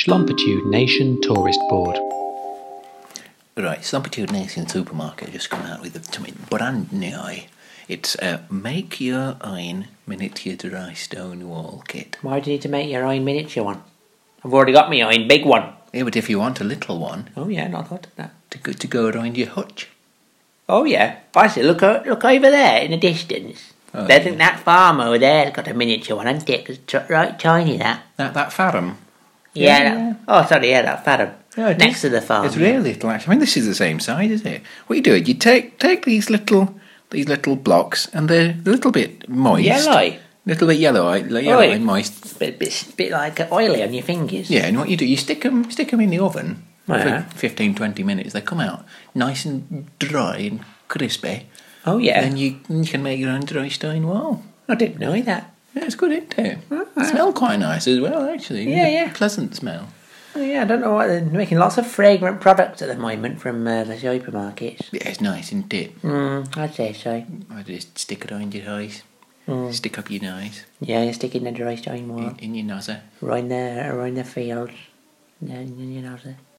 Schlompitude Nation Tourist Board. Right, Slompitude Nation Supermarket just come out with a- something brand new. It's a make your own miniature dry stone wall kit. Why do you need to make your own miniature one? I've already got my own big one. Yeah, but if you want a little one Oh yeah, not thought of that. to go, to go around your hutch, Oh yeah, I see. Look, o- look over there in the distance. Oh, they think that farm over there's got a miniature one, hasn't it? 'Cause it's tr- right tiny that. that that farm. Yeah. Yeah. that- oh, sorry, yeah, that farm Yeah, it next is. to the farm. It's really little. Actually. I mean, this is the same size, is it? What you do? You take take these little these little blocks, and they're a little bit moist, Yellow. little bit yellow, like- like yellow Oi. and moist. bit, bit, bit like uh, oily on your fingers. Yeah, and what you do? You stick them stick 'em in the oven Yeah. for 15, 20 minutes. They come out nice and dry and crispy. Oh yeah. Then you you can make your own dry stone wall. I didn't know that. Yeah, it's good, isn't it? Smell quite nice as well, actually. Ah. Yeah, yeah. Pleasant smell. Oh, yeah, I don't know why they're making lots of fragrant products at the moment from uh, the supermarkets. Yeah, it's nice, isn't it? Mm, I'd say so. I just stick it on your eyes, Mm. stick up your nose, Yeah, you're sticking the dry stone one. in, in your nozzle. around the around the fields. And you know the